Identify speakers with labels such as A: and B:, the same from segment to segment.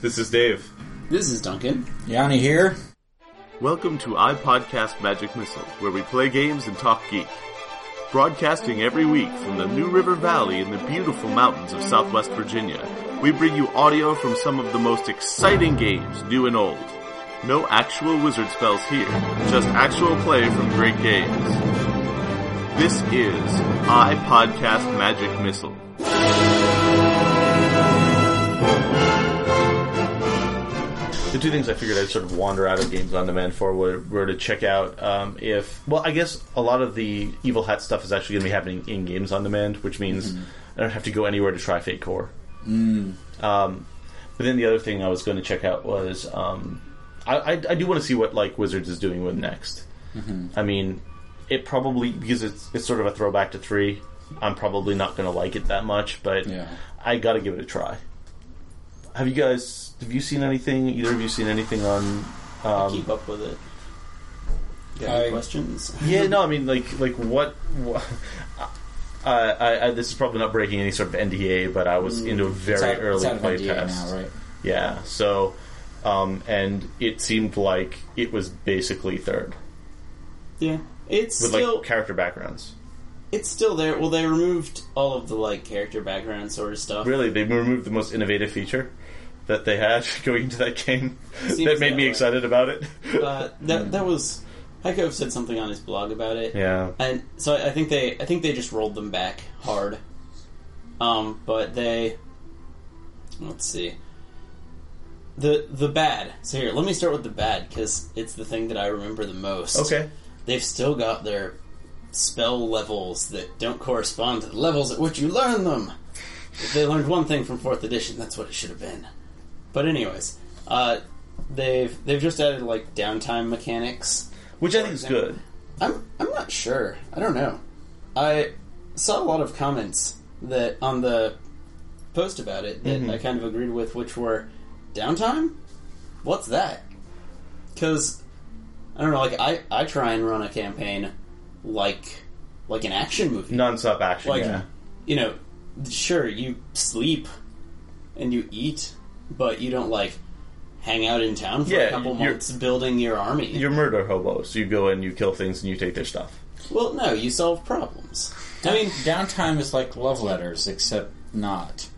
A: This is Dave.
B: This is Duncan.
C: Yanni here.
A: Welcome to iPodcast Magic Missile, where we play games and talk geek. Broadcasting every week from the New River Valley in the beautiful mountains of southwest Virginia, we bring you audio from some of the most exciting games, new and old. No actual wizard spells here, just actual play from great games. This is iPodcast Magic Missile.
D: The two things I figured I'd sort of wander out of Games on Demand for were, were to check out um, if, well, I guess a lot of the Evil Hat stuff is actually going to be happening in Games on Demand, which means I don't have to go anywhere to try Fate Core. Um, but then the other thing I was going to check out was um, I, I, I do want to see what like Wizards is doing with next.
C: Mm-hmm.
D: I mean, it probably because it's it's sort of a throwback to three. I'm probably not going to like it that much, but
C: Yeah.
D: I got to give it a try. Have you guys? Have you seen anything? Either of you seen anything on? Um,
B: Keep up with it. Got any
C: I-
B: questions?
D: yeah, no. I mean, like, like what? what uh, I, I, this is probably not breaking any sort of NDA, but I was into a
C: Mm, It's
D: very
C: out- it's
D: early
C: out of
D: play
C: NDA
D: test.
C: now, right?
D: Yeah. So, um, and it seemed like it was basically third
B: Yeah, it's
D: with
B: still
D: like character backgrounds.
B: it's still there. Well, they removed all of the like character background sort of stuff.
D: Really, they removed the most innovative feature that they had going into that game
B: Seems
D: that made
B: that
D: me
B: way. Uh,
D: excited about it.
B: But that that was Heiko said something on his blog about it.
D: yeah.
B: and so I I think they I think they just rolled them back hard. Um, but they let's see the the bad. So here, let me start with the bad because it's the thing that I remember the most.
D: Okay.
B: they've still got their spell levels that don't correspond to the levels at which you learn them. If they learned one thing from fourth edition, that's what it should have been. But anyways, uh, they've they've just added like downtime mechanics.
D: Which I think is good.
B: I'm I'm not sure. I don't know. I saw a lot of comments that on the post about it that
D: Mm-hmm.
B: I kind of agreed with, which were downtime. What's that? Because I don't know. Like I I try and run a campaign like like an action movie.
D: Non-stop action.
B: Like
D: yeah.
B: you know, sure you sleep and you eat, but you don't like hang out in town for
D: Yeah,
B: a couple
D: you're-
B: months building your army.
D: You're murder hobos. So you go in, you kill things, and you take their stuff.
B: well, no, you solve problems. I mean,
C: Downtime is like love letters, except not.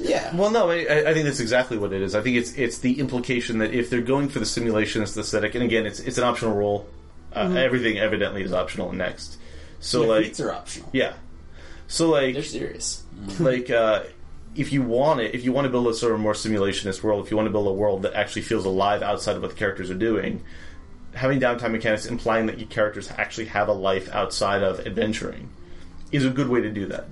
B: yeah.
D: Well, no, I, I I think that's exactly what it is. I think it's it's the implication that if they're going for the simulationist aesthetic, and again, it's it's an optional role. Uh,
B: Mm-hmm.
D: Everything evidently is optional in next. So
B: Like,
D: like,
B: beats are optional.
D: yeah. So like,
B: They're serious.
D: like uh, if you want it, if you want to build a sort of more simulationist world, if you want to build a world that actually feels alive outside of what the characters are doing, having downtime mechanics implying that your characters actually have a life outside of adventuring is a good way to do that.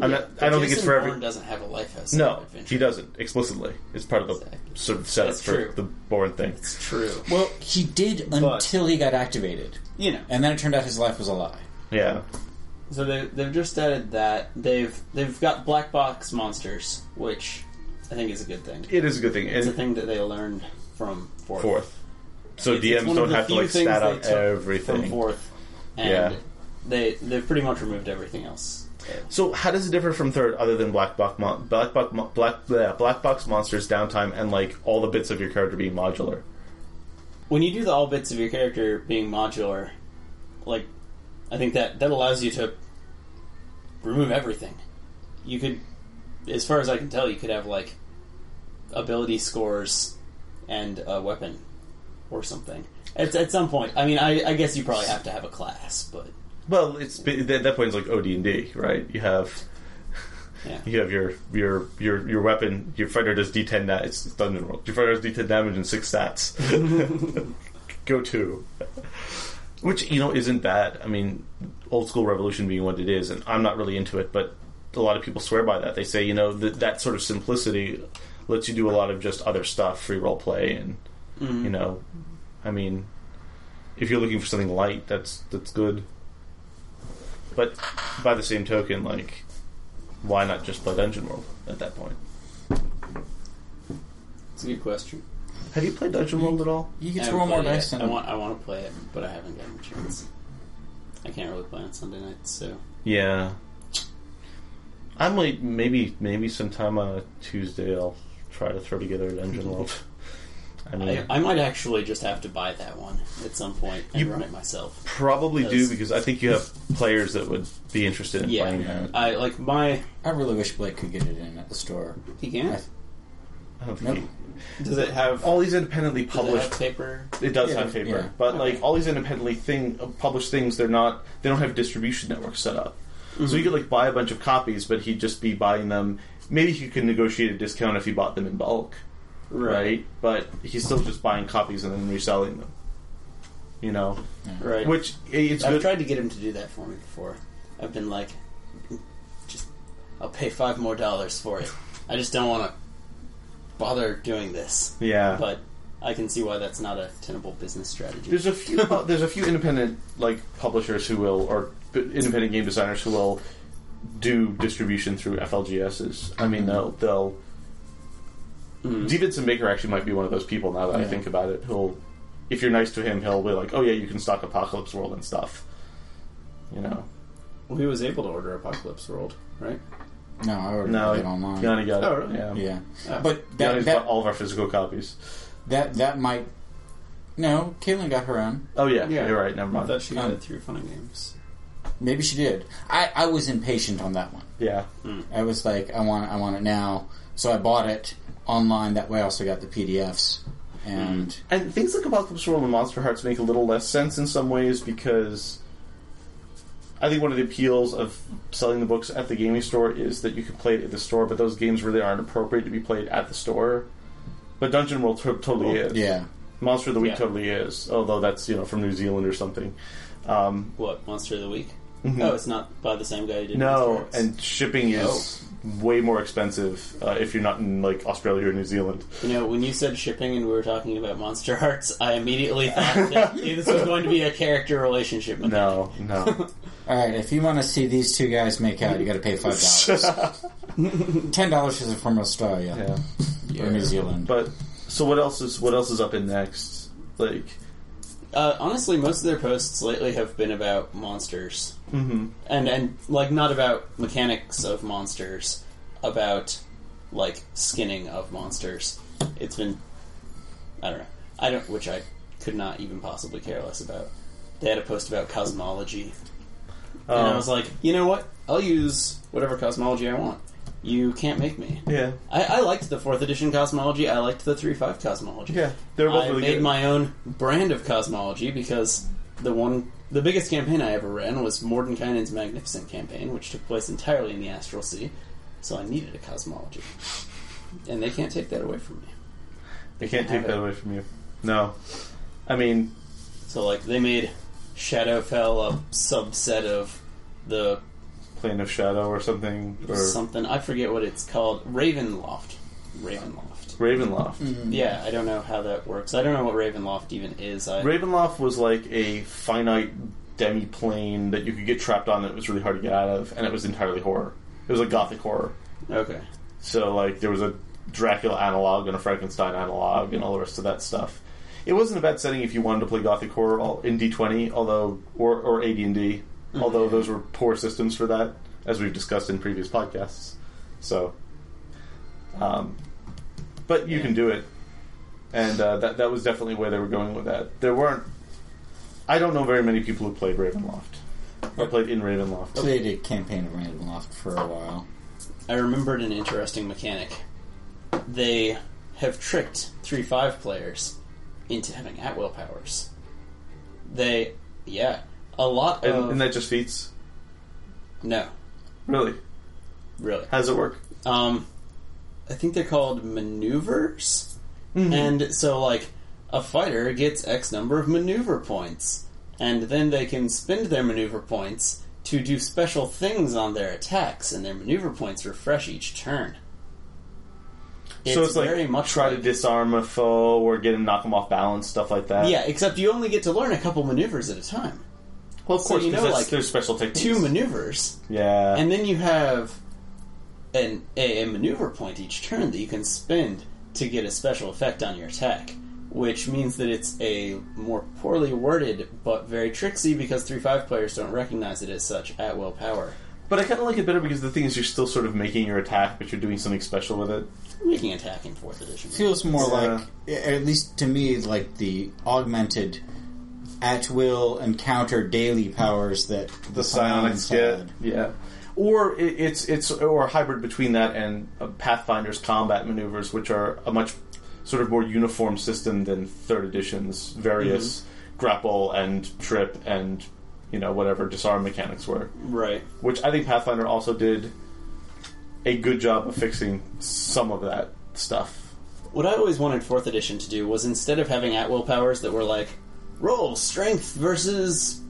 D: I'm not, I don't think it's
B: Jason
D: for
B: Bourne
D: every.
B: doesn't have a life as
D: No,
B: adventure.
D: he doesn't explicitly. It's part of the
B: Exactly.
D: sort of setup
B: That's
D: for
B: true.
D: the Bourne thing.
B: It's true.
C: Well, he did until he got activated,
B: You know.
C: and then it turned out his life was a lie.
D: Yeah,
B: So they they've just added that they've they've got black box monsters, which I think is a good thing.
D: it is a good thing.
B: It's a
D: And
B: thing that they learned from fourth.
D: fourth, so
B: It's- it's
D: DMs
B: one of
D: don't
B: the
D: have to
B: few
D: like
B: things
D: stat
B: they
D: out
B: took
D: everything.
B: from fourth, and
D: Yeah.
B: they they've pretty much removed everything else.
D: So how does it differ from third, other than black box, mon- black box, mon- black bleh, black box monsters, downtime, and like all the bits of your character being modular?
B: When you do the all bits of your character being modular, like I think that that allows you to remove everything. You could, as far as I can tell, you could have like ability scores and a weapon or something. At, at some point, I mean, I, I guess you probably have to have a class, but
D: Well, it's at that point it's like OD and D, right? You have
B: yeah,
D: you have your your your your weapon. Your fighter does D10 damage. It's Dungeon World. Your fighter does D10 damage and six stats. Go to, which you know isn't bad. I mean, old school Revolution being what it is, and I'm not really into it, but a lot of people swear by that. They say you know that that sort of simplicity lets you do a lot of just other stuff, free role play, and
B: Mm-hmm.
D: you know, I mean, if you're looking for something light, that's that's good. But by the same token, like why not just play Dungeon World at that point?
B: it's a good question.
D: Have you played Dungeon World at all?
C: You get
B: I
C: to
B: haven't
C: roll more
B: played it
C: dice
B: yet.
C: than
B: I want. I want to play it, but I haven't gotten a chance. I can't really play on Sunday nights, so
D: Yeah. I might maybe maybe sometime on a Tuesday I'll try to throw together an engine love. I mean,
B: I, I might actually just have to buy that one at some point and
D: You-
B: run it myself.
D: probably do
B: Yes.
D: because I think you have players that would be interested in playing
B: Yeah,
D: that.
B: I like my.
C: I really wish Blake could get it in at the store.
B: He can.
D: I don't think
C: Nope.
D: you-
B: Does it have
D: all these independently
B: does it have
D: published
B: paper?
D: It does
C: Yeah,
D: have paper,
C: yeah.
D: but like all these independently thing uh, published things, they're not they don't have distribution networks set up. So you could like buy a bunch of copies, but he'd just be buying them. Maybe he could negotiate a discount if he bought them in bulk, right? But he's still just buying copies and then reselling them. You know,
B: Right.
D: which it's
B: I've
D: good.
B: tried to get him to do that for me before. I've been like, just I'll pay five more dollars for it. I just don't want to bother doing this.
D: yeah,
B: But I can see why that's not a tenable business strategy.
D: There's a few. uh, there's a few independent like publishers who will, or b- independent game designers who will do distribution through FLGSs. I mean, they'll they'll.
B: Mm-hmm.
D: Davidson Baker actually might be one of those people. Now that I
C: Yeah.
D: think about it, who'll, if you're nice to him, he'll be like, "Oh yeah, you can stock Apocalypse World and stuff." You know.
B: Well, he was able to order Apocalypse World, right?
C: No, I ordered
D: No,
C: it online.
D: Yanni got it.
B: Oh, really?
D: Yeah.
C: Yeah,
B: Oh.
C: but
D: Yanni's
C: that that,
D: bought all of our physical copies.
C: that that might. No, Caitlin got her own.
D: Oh yeah, you're right. Never
B: I
D: mind.
B: thought she got
C: Um,
B: it through Funny Games.
C: Maybe she did. I, I was impatient on that one.
D: yeah.
C: I was like, I want I want it now. So I bought it online. That way, I also got the PDFs. And
D: And things like Apocalypse World and Monster Hearts make a little less sense in some ways because I think one of the appeals of selling the books at the gaming store is that you can play it at the store, but those games really aren't appropriate to be played at the store. But Dungeon World to- totally
B: Mm-hmm.
D: is.
C: yeah,
D: Monster of the Week
B: Yeah.
D: totally is, although that's you know from New Zealand or something. Um,
B: What Monster of the Week? Oh, it's not by the same guy who did Monster
D: Mm-hmm. no,
B: Hearts.
D: and shipping is way more expensive uh, if you're not in like Australia or New Zealand.
B: You know, when you said shipping and we were talking about Monster Hearts, I immediately thought that this was going to be a character relationship. mechanic.
D: No, no.
C: All right, if you want to see these two guys make out, you got to pay five dollars. Ten dollars is from Australia
D: yeah.
C: or New Zealand.
D: But so what else is what else is up in next? Like
B: Uh, honestly, most of their posts lately have been about monsters,
D: Mhm.
B: and and like not about mechanics of monsters, about like skinning of monsters. It's been, I don't know, I don't, which I could not even possibly care less about. They had a post about cosmology, and I
D: um,
B: was like, you know what? I'll use whatever cosmology I want. You can't make me.
D: yeah,
B: I, I liked the fourth edition cosmology. I liked the three five cosmology.
D: yeah, they're both
B: I
D: really
B: made
D: good.
B: my own brand of cosmology because the one, the biggest campaign I ever ran was Mordenkainen's Magnificent campaign, which took place entirely in the Astral Sea. So I needed a cosmology, and they can't take that away from me.
D: they can't
B: have
D: take that
B: it.
D: away from you. No, I mean,
B: So like they made Shadowfell a subset of the
D: Plane of Shadow or something or
B: something I forget what it's called, Ravenloft. Ravenloft.
D: Ravenloft.
B: Mm.
C: Hmm. Mm-hmm.
B: Yeah, I don't know how that works. I don't know what Ravenloft even is. I,
D: Ravenloft was like a finite demi plane that you could get trapped on that was really hard to get out of, and it was entirely horror. It was like gothic horror.
B: okay.
D: So like there was a Dracula analog and a Frankenstein analog and all the rest of that stuff. It wasn't a bad setting if you wanted to play Gothic horror all- in D twenty, although or or AD and D, although those were poor systems for that, as we've discussed in previous podcasts. So, um, but you can do it, and uh, that that was definitely where they were going with that. There weren't. I don't know very many people who played Ravenloft. I played in Ravenloft.
C: played a campaign of Random Loft for a while.
B: I remembered an interesting mechanic. They have tricked 3 5 players into having at will powers. They, yeah, a lot
D: and,
B: of.
D: and that just feats.
B: no,
D: Really?
B: really.
D: How does it work?
B: Um, I think they're called maneuvers.
D: Mm-hmm.
B: And so, like, a fighter gets X number of maneuver points. And then they can spend their maneuver points to do special things on their attacks, and their maneuver points refresh each turn.
D: so it's like
B: very much
D: try to
B: like-
D: disarm a foe or get him knock him off balance, stuff like that.
B: Yeah, except you only get to learn a couple maneuvers at a time.
D: well, of
B: so
D: course,
B: you
D: 'cause
B: know,
D: that's-
B: like,
D: there's special techniques.
B: Two maneuvers,
D: yeah,
B: and then you have an a, a maneuver point each turn that you can spend to get a special effect on your attack, which means that it's a more poorly worded but very tricksy because three five players don't recognize it as such at will power.
D: But I kind of like it better because the thing is, you're still sort of making your attack, but you're doing something special with it.
B: Making attack in fourth edition.
C: feels more
D: Yeah.
C: like, at least to me, like the augmented at will and counter daily powers that the,
D: The psionics get,
C: had.
D: yeah. Or it, it's it's or a hybrid between that and uh, Pathfinder's combat maneuvers, which are a much sort of more uniform system than third edition's various
B: Mm-hmm.
D: grapple and trip and you know whatever disarm mechanics were.
B: Right.
D: which I think Pathfinder also did a good job of fixing some of that stuff.
B: What I always wanted fourth edition to do was instead of having at will powers that were like roll strength versus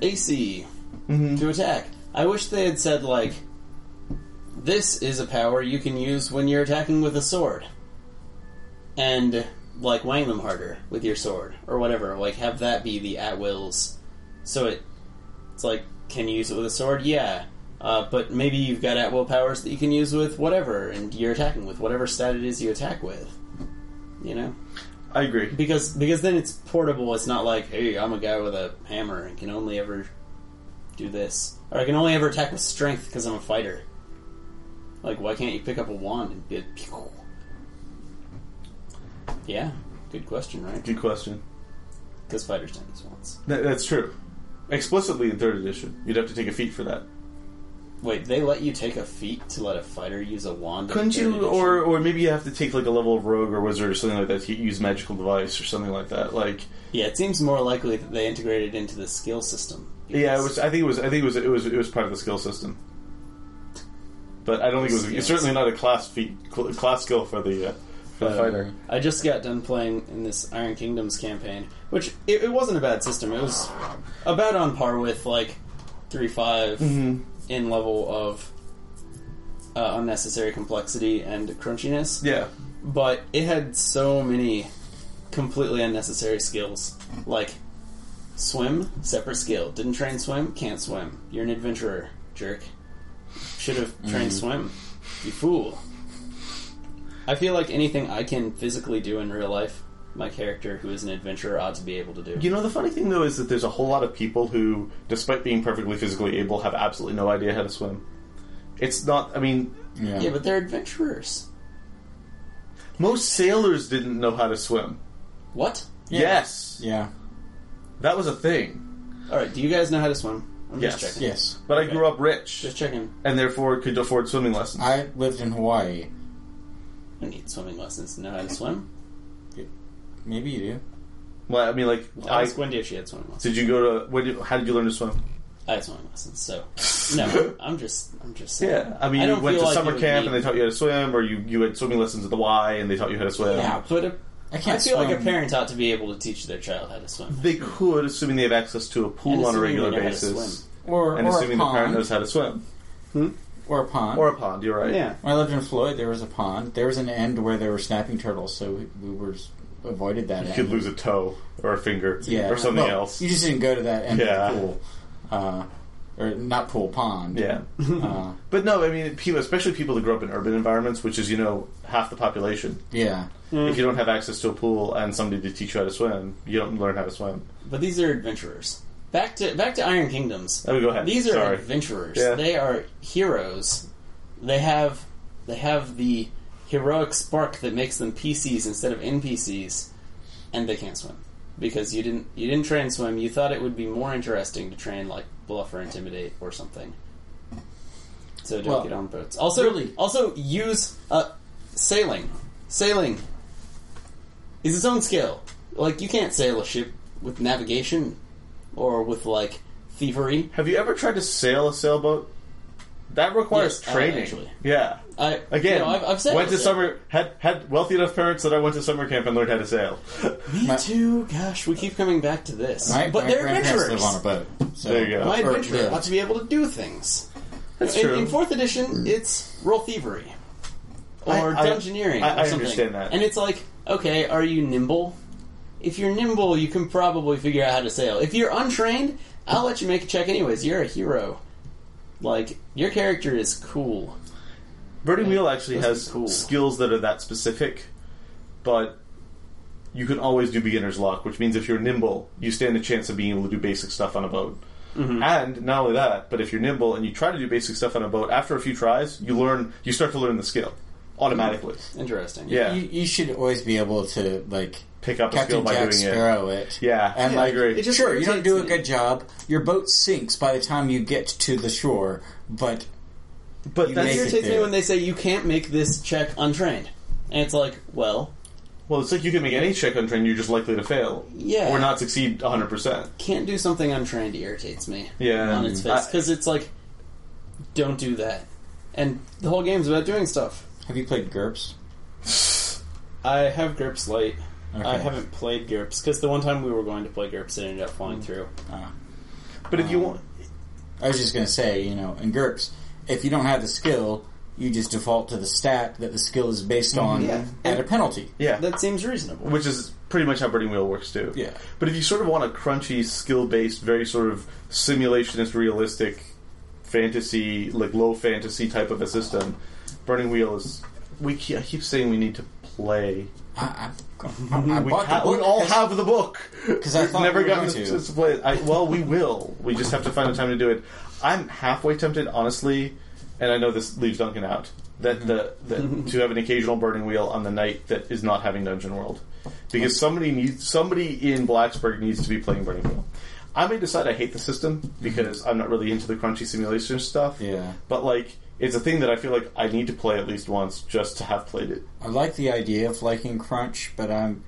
B: AC to attack, I wish they had said like this is a power you can use when you're attacking with a sword, and like wang them harder with your sword or whatever. Like have that be the at wills, so it it's like can you use it with a sword? Yeah. Uh, but maybe you've got at will powers that you can use with whatever, and you're attacking with whatever stat it is you attack with you know
D: I agree.
B: because because then it's portable it's not like hey i'm a guy with a hammer and can only ever do this or i can only ever attack with strength because i'm a fighter like why can't you pick up a wand and be a pew? yeah good question right
D: Good question.
B: because fighters don't use wands
D: That, that's true. Explicitly in third edition, you'd have to take a feat for that.
B: wait they let you take a feat to let a fighter use a wand in
D: Couldn't
B: third
D: you,
B: edition?
D: or or maybe you have to take like a level of rogue or wizard or something like that to use magical device or something like that. Like,
B: yeah it seems more likely that they integrated it into the skill system
D: yeah, it was. I think it was. I think it was. It was. It was part of the skill system. But I don't think it was. It's certainly not a class feat, cl- class skill for the uh, for the fighter.
B: I just got done playing in this Iron Kingdoms campaign, which it, it wasn't a bad system. It was about on par with like three in level of uh, unnecessary complexity and crunchiness,
D: Yeah.
B: but it had so many completely unnecessary skills like swim, separate skill. Didn't train swim, can't swim. You're an adventurer, jerk. Should have trained
D: Mm-hmm.
B: swim. You fool. I feel like anything I can physically do in real life, my character, who is an adventurer, ought to be able to do.
D: You know, the funny thing though is that there's a whole lot of people who, despite being perfectly physically able, have absolutely no idea how to swim. It's not. I mean,
C: Yeah.
B: yeah, but they're adventurers.
D: most sailors didn't know how to swim.
B: What?
D: Yes,
C: yeah.
D: that was a thing.
B: All right. Do you guys know how to swim? I'm
D: Yes.
B: just checking.
C: Yes.
D: But I grew up rich
B: Just checking.
D: and therefore could afford swimming lessons.
C: I lived in Hawaii.
B: I need swimming lessons to know how to swim.
C: Maybe you do.
D: well, I mean, like,
B: I
D: I,
B: asked Wendy if she had swimming lessons.
D: did you go to? When did, how did you learn to swim?
B: I had swimming lessons, so no. I'm just, I'm just. Saying.
D: Yeah, I mean,
B: I
D: you
B: don't
D: went to
B: feel like it
D: summer
B: would
D: camp
B: be-
D: and they taught you how to swim, or you you had swimming lessons at the Y and they taught you how to swim.
C: Yeah.
B: But a,
C: I
B: I
C: can't
B: feel like a
C: swim.
B: parent ought to be able to teach their child how to swim.
D: They could, assuming they have access to a
B: And
D: pool on a
B: assuming they
D: regular
B: know how to
D: basis,
B: swim.
C: or,
D: and
C: or
D: assuming
C: a
D: the parent
C: pond,
D: knows how to swim,
C: or a pond.
D: or a pond. You're right.
B: Yeah.
C: when I lived in Floyd, there was a pond. There was an end where there were snapping turtles, so we, we were avoided that.
D: You
C: end.
D: could lose a toe or a finger
C: yeah,
D: or something
C: well,
D: else.
C: You just didn't go to that end
D: Yeah.
C: of the pool, uh, or not pool pond.
D: yeah.
C: uh,
D: But no, I mean, people, especially people that grow up in urban environments, which is, you know, half the population.
C: yeah.
D: If you don't have access to a pool and somebody to teach you how to swim, you don't learn how to swim.
B: But these are adventurers. Back to back to Iron Kingdoms.
D: Oh, go ahead.
B: These are
D: Sorry.
B: adventurers.
D: Yeah.
B: They are heroes. They have they have the heroic spark that makes them PCs instead of NPCs, and they can't swim because you didn't you didn't train swim. You thought it would be more interesting to train like bluff or intimidate or something. So don't
C: Well,
B: get on boats. Also,
C: really-
B: also use uh, sailing. Sailing is its own skill. Like you can't sail a ship with navigation or with like thievery.
D: Have you ever tried to sail a sailboat? That requires
B: Yes, I have,
D: training.
B: actually.
D: Yeah.
B: I
D: Again,
B: no, I've, I've said
D: went
B: it,
D: to
B: yeah.
D: summer had had wealthy enough parents that I went to summer camp and learned how to sail.
B: Me too. Gosh, we keep coming back to this,
C: My,
B: but
C: my
B: they're
C: grandparents
B: adventurers.
C: live on a boat. So.
D: There you go.
B: my
C: or
B: adventurer
C: live.
B: ought to be able to do things.
D: That's
B: in,
D: true.
B: in fourth edition, it's roll thievery
D: I-
B: or
D: I-
B: dungeoneering.
D: I-
B: or
D: I
B: something.
D: understand that.
B: and it's like, okay, are you nimble? If you're nimble, you can probably figure out how to sail. If you're untrained, I'll let you make a check anyways. You're a hero. Like your character is cool.
D: Birdie Meal actually
B: Those
D: has
B: are cool.
D: skills that are that specific, but you can always do beginner's luck, which means if you're nimble, you stand a chance of being able to do basic stuff on a boat.
C: Mm-hmm.
D: And not only that, but if you're nimble and you try to do basic stuff on a boat, after a few tries, you learn you start to learn the skill automatically.
B: Interesting.
D: Yeah.
C: Mm-hmm. You, you should always be able to like
D: Pick up a skill
C: Captain
D: by
C: Jack
D: doing it.
C: Sparrow it.
D: Yeah,
C: and
D: I
C: like,
D: agree.
B: It just
C: sure, you
B: irritates
C: don't do a
B: me.
C: good job. Your boat sinks by the time you get to the shore, but
D: But
C: You
B: That
D: that's
C: make it
B: irritates me
C: there.
B: when they say you can't make this check untrained. And it's like, well,
D: well, it's like you can make any check on train, you're just likely to fail.
B: Yeah.
D: Or not succeed 100%.
B: can't do something untrained irritates me.
D: Yeah.
B: On its face.
D: I-
B: Because it's like, don't do that. And the whole game's about doing stuff.
C: have you played GURPS?
B: I have GURPS Lite. I
C: Okay.
B: haven't played GURPS because the one time we were going to play GURPS, it ended up falling through.
C: Ah.
D: But if you
C: Uh,
D: want.
C: I was just gonna say, you know, in GURPS, if you don't have the skill, you just default to the stat that the skill is based on
B: yeah.
C: at a penalty.
D: Yeah.
B: That seems reasonable.
D: which is pretty much how Burning Wheel works too.
C: Yeah.
D: But if you sort of want a crunchy, skill-based, very sort of simulationist, realistic, fantasy, like low fantasy type of a system, Burning Wheel is. We ke- I keep saying we need to play.
C: I, I, I, I
D: We,
C: bought
D: ha-
C: the book
D: we all
C: 'cause-
D: have the book.
C: 'Cause I
D: We've
C: thought
D: never
C: we were
D: gotten
C: going
D: to,
C: to.
D: to play it. I, well, we will. We just have to find the time to do it. I'm halfway tempted, honestly, and I know this leaves Duncan out. That the that to have an occasional burning wheel on the night that is not having Dungeon World, because somebody needs somebody in Blacksburg needs to be playing Burning Wheel. I may decide I hate the system because I'm not really into the crunchy simulation stuff.
C: Yeah.
D: but like it's a thing that I feel like I need to play at least once just to have played it.
C: I like the idea of liking crunch, but I'm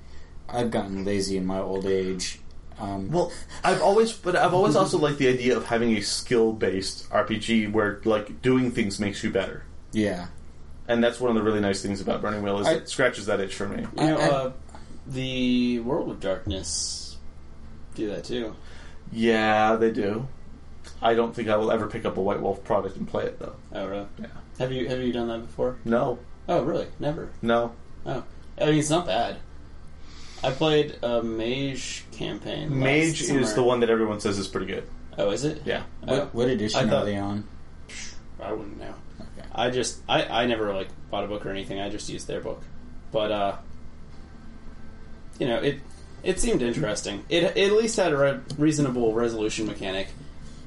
C: I've gotten lazy in my old age. Um,
D: Well, I've always, but I've always also liked the idea of having a skill-based RPG where like doing things makes you better,
C: yeah,
D: and that's one of the really nice things about Burning Wheel is
C: I-
D: it scratches that itch for me.
B: You know,
C: I- I-
B: uh, the World of Darkness do that too.
D: Yeah, they do. I don't think I will ever pick up a White Wolf product and play it though.
B: Oh, really?
D: Yeah.
B: Have you have you done that before?
D: No,
B: Oh, really? Never.
D: no.
B: Oh, I mean, it's not bad. I played a mage campaign. last
D: Mage is
B: summer.
D: the one that everyone says is pretty good.
B: Oh, is it?
D: Yeah,
B: Oh,
C: what, what edition
B: I
C: are
B: thought-
C: they on?
B: I wouldn't know. I just I I never like bought a book or anything. I just used their book, but uh, you know it it seemed interesting. It, it at least had a re- reasonable resolution mechanic.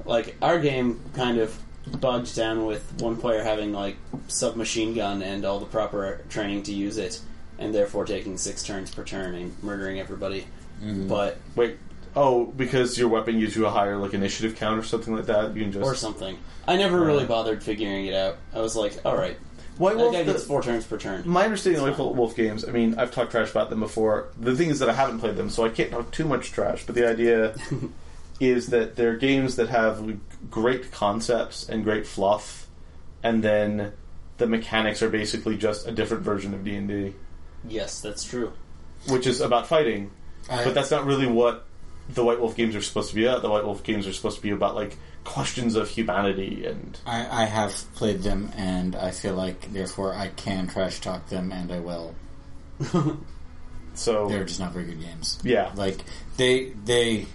B: Like our game kind of bogged down with one player having like submachine gun and all the proper training to use it, and therefore taking six turns per turn and murdering everybody. But
D: wait. Oh, because your weapon gives you a higher like initiative count or something like that. You can just
B: or something, I never really bothered figuring it out. I was like, all right,
D: White
B: that
D: Wolf.
B: guy
D: the-
B: gets four turns per turn.
D: My understanding of White Wolf games, I mean, I've talked trash about them before. The thing is that I haven't played them, so I can't talk too much trash, but the idea is that they're games that have great concepts and great fluff, and then the mechanics are basically just a different version of D&D,
B: Yes, that's true.
D: which is about fighting,
C: I-
D: but that's not really what the White Wolf games are supposed to be about. The White Wolf games are supposed to be about, like, questions of humanity and...
C: I, I have played them, and I feel like therefore I can trash talk them, and I will.
D: So,
C: They're just not very good games.
D: yeah.
C: Like they they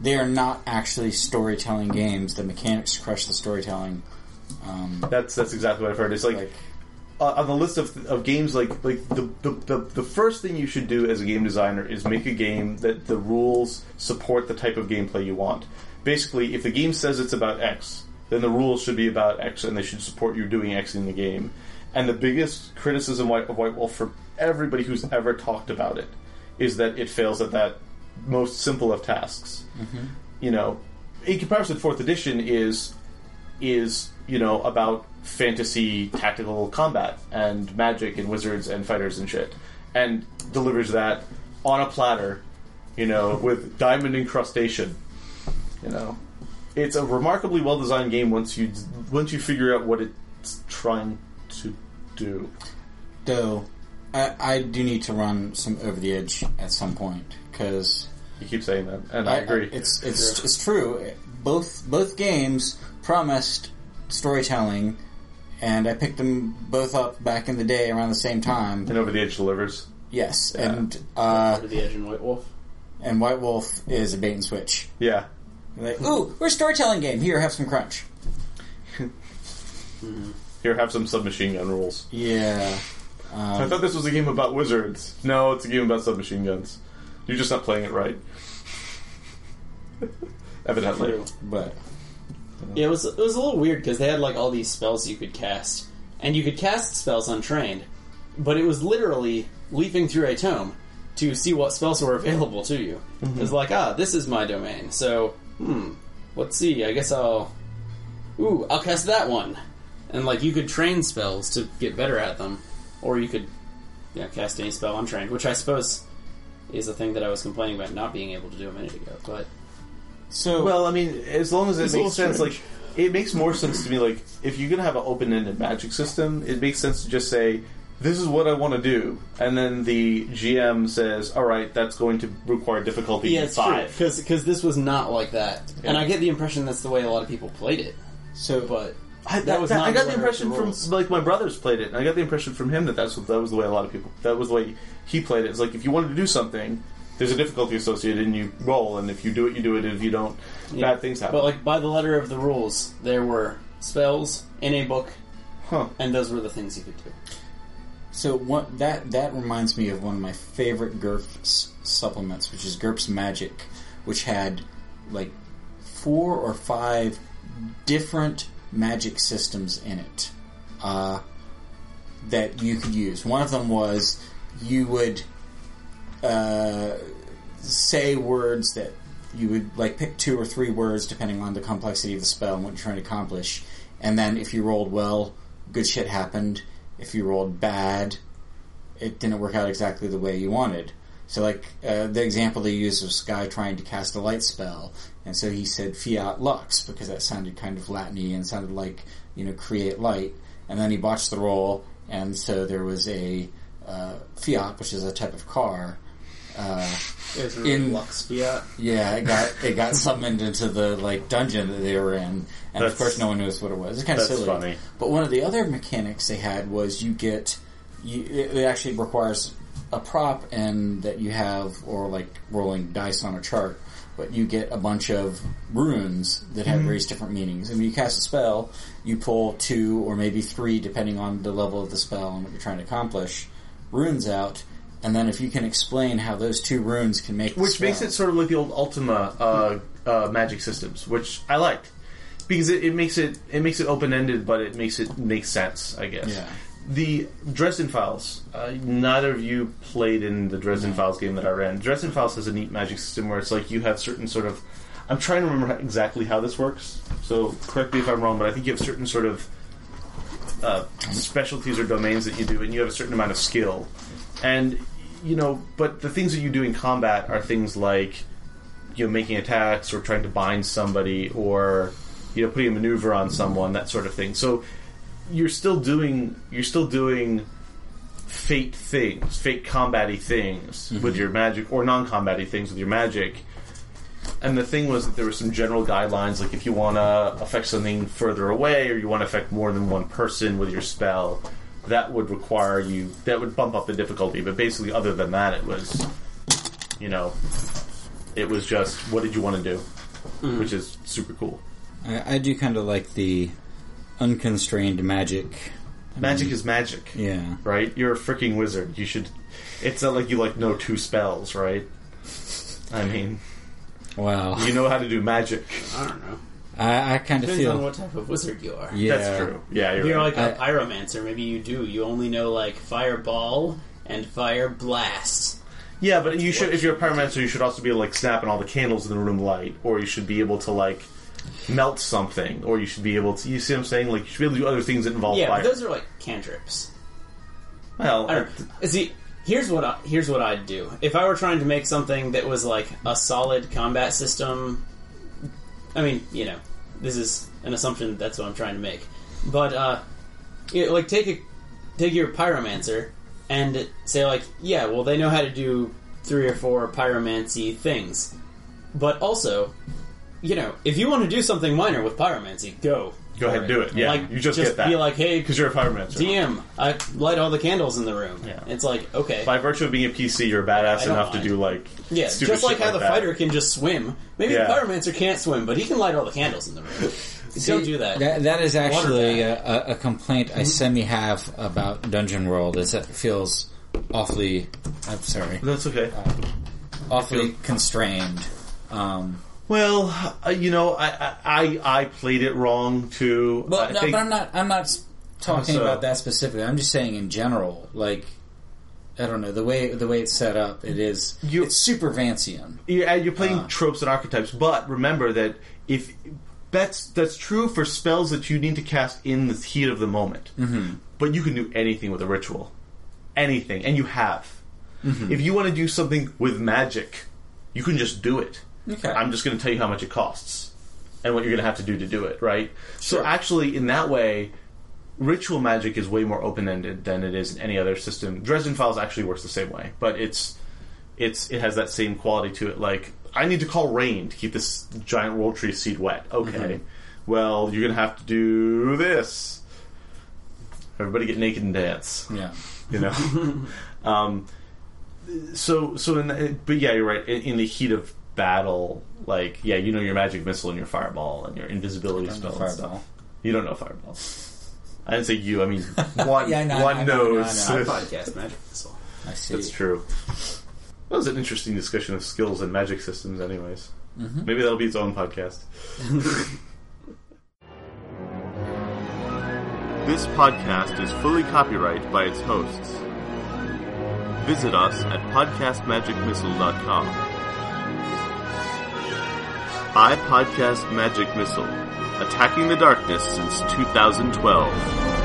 C: they are not actually storytelling games. The mechanics crush the storytelling. Um,
D: That's that's exactly what I've heard. It's like,
C: Like-
D: uh, on the list of, of games, like like the, the, the, the first thing you should do as a game designer is make a game that the rules support the type of gameplay you want. Basically, if the game says it's about X, then the rules should be about X, and they should support you doing X in the game. And the biggest criticism White- of White Wolf from everybody who's ever talked about it is that it fails at that most simple of tasks. You know, in comparison, fourth edition is is you know about fantasy tactical combat and magic and wizards and fighters and shit, and delivers that on a platter, you know, with diamond incrustation. You know, it's a remarkably well designed game once you once you figure out what it's trying to do.
C: though, I, I do need to run some over the edge at some point because
D: You keep saying that, and I, agree.
C: It's it's it's true. Both both games promised storytelling, and I picked them both up back in the day around the same time.
D: and over the edge delivers.
C: Yes, and uh,
B: Over the Edge and White Wolf.
C: and White Wolf is a bait and switch.
D: Yeah,
C: Like, ooh, we're a storytelling game. Here, have some crunch.
D: here have some submachine gun rules.
C: Yeah,
D: I thought this was a game about wizards. No, it's a game about submachine guns. You're just not playing it right. evidently.
B: True.
C: But
B: Yeah, it was it was a little weird because they had like all these spells you could cast, and you could cast spells untrained, but it was literally leaping through a tome to see what spells were available to you. It was like, ah, this is my domain, so hmm, let's see. I guess I'll ooh, I'll cast that one, and like you could train spells to get better at them, or you could yeah cast any spell untrained, which I suppose is the thing that I was complaining about not being able to do a minute ago, but.
C: so
D: Well, I mean, as long as it
B: a
D: makes
B: little
D: sense, like it makes more sense to me. Like if you're gonna have an open-ended magic system, it makes sense to just say, "This is what I want to do," and then the GM says, "All right, that's going to require difficulty
B: Yeah, it's
D: five."
B: Because this was not like that, and
D: Yeah.
B: I get the impression that's the way a lot of people played it.
C: so
B: But
D: I,
B: That was not
D: I got
B: the
D: the
B: letter
D: impression
B: of the
D: from
B: rules.
D: like my brothers played it, and I got the impression from him that that's what, that was the way a lot of people that was the way he played it. It's like if you wanted to do something, there's a difficulty associated, and you roll, and if you do it, you do it, and if you don't, bad things happen.
B: but like by the letter of the rules, there were spells in a book,
D: huh?
B: and those were the things you could do.
C: So what that that reminds me of one of my favorite GURPS supplements, which is GURPS Magic, which had like four or five different magic systems in it uh, that you could use. One of them was you would uh, say words that you would like pick two or three words depending on the complexity of the spell and what you're trying to accomplish. And then if you rolled well, good shit happened. If you rolled bad, it didn't work out exactly the way you wanted. So, like uh, the example they used was this guy trying to cast a light spell, and so he said "fiat lux" because that sounded kind of Latiny and sounded like you know create light. And then he botched the roll, and so there was a uh, Fiat, which is a type of car, In-
B: Lux Fiat.
C: yeah, it got it got summoned into the like dungeon that they were in, and
D: That's-
C: of course, no one knows what it was. It's kind of
D: that's
C: silly.
D: funny.
C: But one of the other mechanics they had was you get you, it, it actually requires a prop and that you have or like rolling dice on a chart, but you get a bunch of runes that
D: Hmm.
C: have various different meanings. And when you cast a spell, you pull two or maybe three, depending on the level of the spell and what you're trying to accomplish, runes out. And then, if you can explain how those two runes can make the
D: which makes
C: spell.
D: it sort of like the old Ultima uh, uh, magic systems, which I liked because it, it makes it it makes it open ended, but it makes it make sense, I guess.
C: Yeah.
D: The Dresden Files. Uh, neither of you played in the Dresden Files game that I ran. Dresden Files has a neat magic system where it's like you have certain sort of. I'm trying to remember exactly how this works, so correct me if I'm wrong, but I think you have certain sort of uh, specialties or domains that you do, and you have a certain amount of skill. And you know, but the things that you do in combat are things like you know making attacks or trying to bind somebody or you know putting a maneuver on someone, that sort of thing. So you're still doing you're still doing fate things, fate combaty things with your magic or non-combaty things with your magic. And the thing was that there were some general guidelines, like if you want to affect something further away or you want to affect more than one person with your spell, that would require you, that would bump up the difficulty. But basically, other than that, it was, you know, it was just what did you want to do,
C: Mm.
D: which is super cool.
C: I, I do kind of like the unconstrained magic.
D: Magic is magic,
C: Mm. Yeah.
D: right? You're a freaking wizard. You should. It's not like you like know two spells, right? I mean,
C: Wow.
D: you know how to do magic.
B: I don't know.
C: I, I kind of
B: Depends on
C: feel.
B: what type of wizard you are.
C: Yeah.
D: That's true. Yeah, you're,
B: If you're
D: right.
B: like a
C: I-
B: pyromancer, maybe you do. You only know like fireball and fire blast.
D: Yeah, but you should. If you're a pyromancer, you should also be like snapping all the candles in the room light, or you should be able to like melt something, or you should be able to. You see what I'm saying? Like you should be able to do other things that involve
B: Yeah,
D: fire.
B: but those are like cantrips.
D: well,
B: I don't know. See, here's what I, here's what I'd do if I were trying to make something that was like a solid combat system. I mean, you know, this is an assumption. That's what I'm trying to make. But uh, you know, like, take a take your pyromancer and say like, yeah, well, they know how to do three or four pyromancy things, but also. You know, if you want to do something minor with pyromancy, go.
D: go ahead and do it. Yeah,
B: like,
D: you just, get that.
B: Be like, hey,
D: because you're a pyromancer.
B: DM, I light all the candles in the room.
D: Yeah.
B: It's like, okay.
D: By virtue of being a PC, you're badass
B: I don't
D: enough
B: mind.
D: to do like
B: yeah,
D: stupid
B: just like
D: shit
B: how the
D: that.
B: fighter can just swim. Maybe
D: Yeah.
B: the pyromancer can't swim, but he can light all the candles in the room. Don't do that.
C: That is actually
B: Water
C: a, a- a complaint
D: Mm-hmm.
C: I semi have about Dungeon World. Is that it feels awfully. I'm sorry.
D: That's okay.
C: Awfully constrained. Um,
D: Well, uh, you know, I, I I I played it wrong too.
C: But,
D: I
C: no,
D: think-
C: but I'm not. I'm not s- talking
D: So-
C: about that specifically. I'm just saying in general. Like, I don't know the way the way it's set up. It is.
D: You-
C: it's super Vancian.
D: you're, uh, you're playing
C: Ah.
D: tropes and archetypes, but remember that if that's that's true for spells that you need to cast in the heat of the moment. Mm-hmm. But you can do anything with a ritual, anything, and you have.
C: Mm-hmm.
D: If you want to do something with magic, you can just do it.
C: Okay.
D: I'm just going to tell you how much it costs and what you're going to have to do to do it. Right. So
C: Sure.
D: actually, in that way. Ritual magic is way more open ended than it is in any other system. Dresden Files actually works the same way, but it's it's it has that same quality to it. Like I need to call rain to keep this giant world tree seed wet. Okay, well you're gonna have to do this. Everybody get naked and dance.
C: Yeah.
D: You know. um, so so in the, but yeah, you're right. In, in the heat of battle, like yeah, you know your magic missile and your fireball and your invisibility
C: don't know
D: spell and
C: fireball.
D: stuff. You don't know fireball. I didn't say you. I mean one.
C: Yeah, I know, I
D: one
C: know, I know, I
D: knows.
C: know.
B: Podcast magic missile.
C: I see.
D: That's true. That was an interesting discussion of skills and magic systems, anyways. Maybe that'll be its own podcast.
A: This podcast is fully copyrighted by its hosts. Visit us at podcastmagicmissile.com. I Podcast Magic Missile, attacking the darkness since 2012.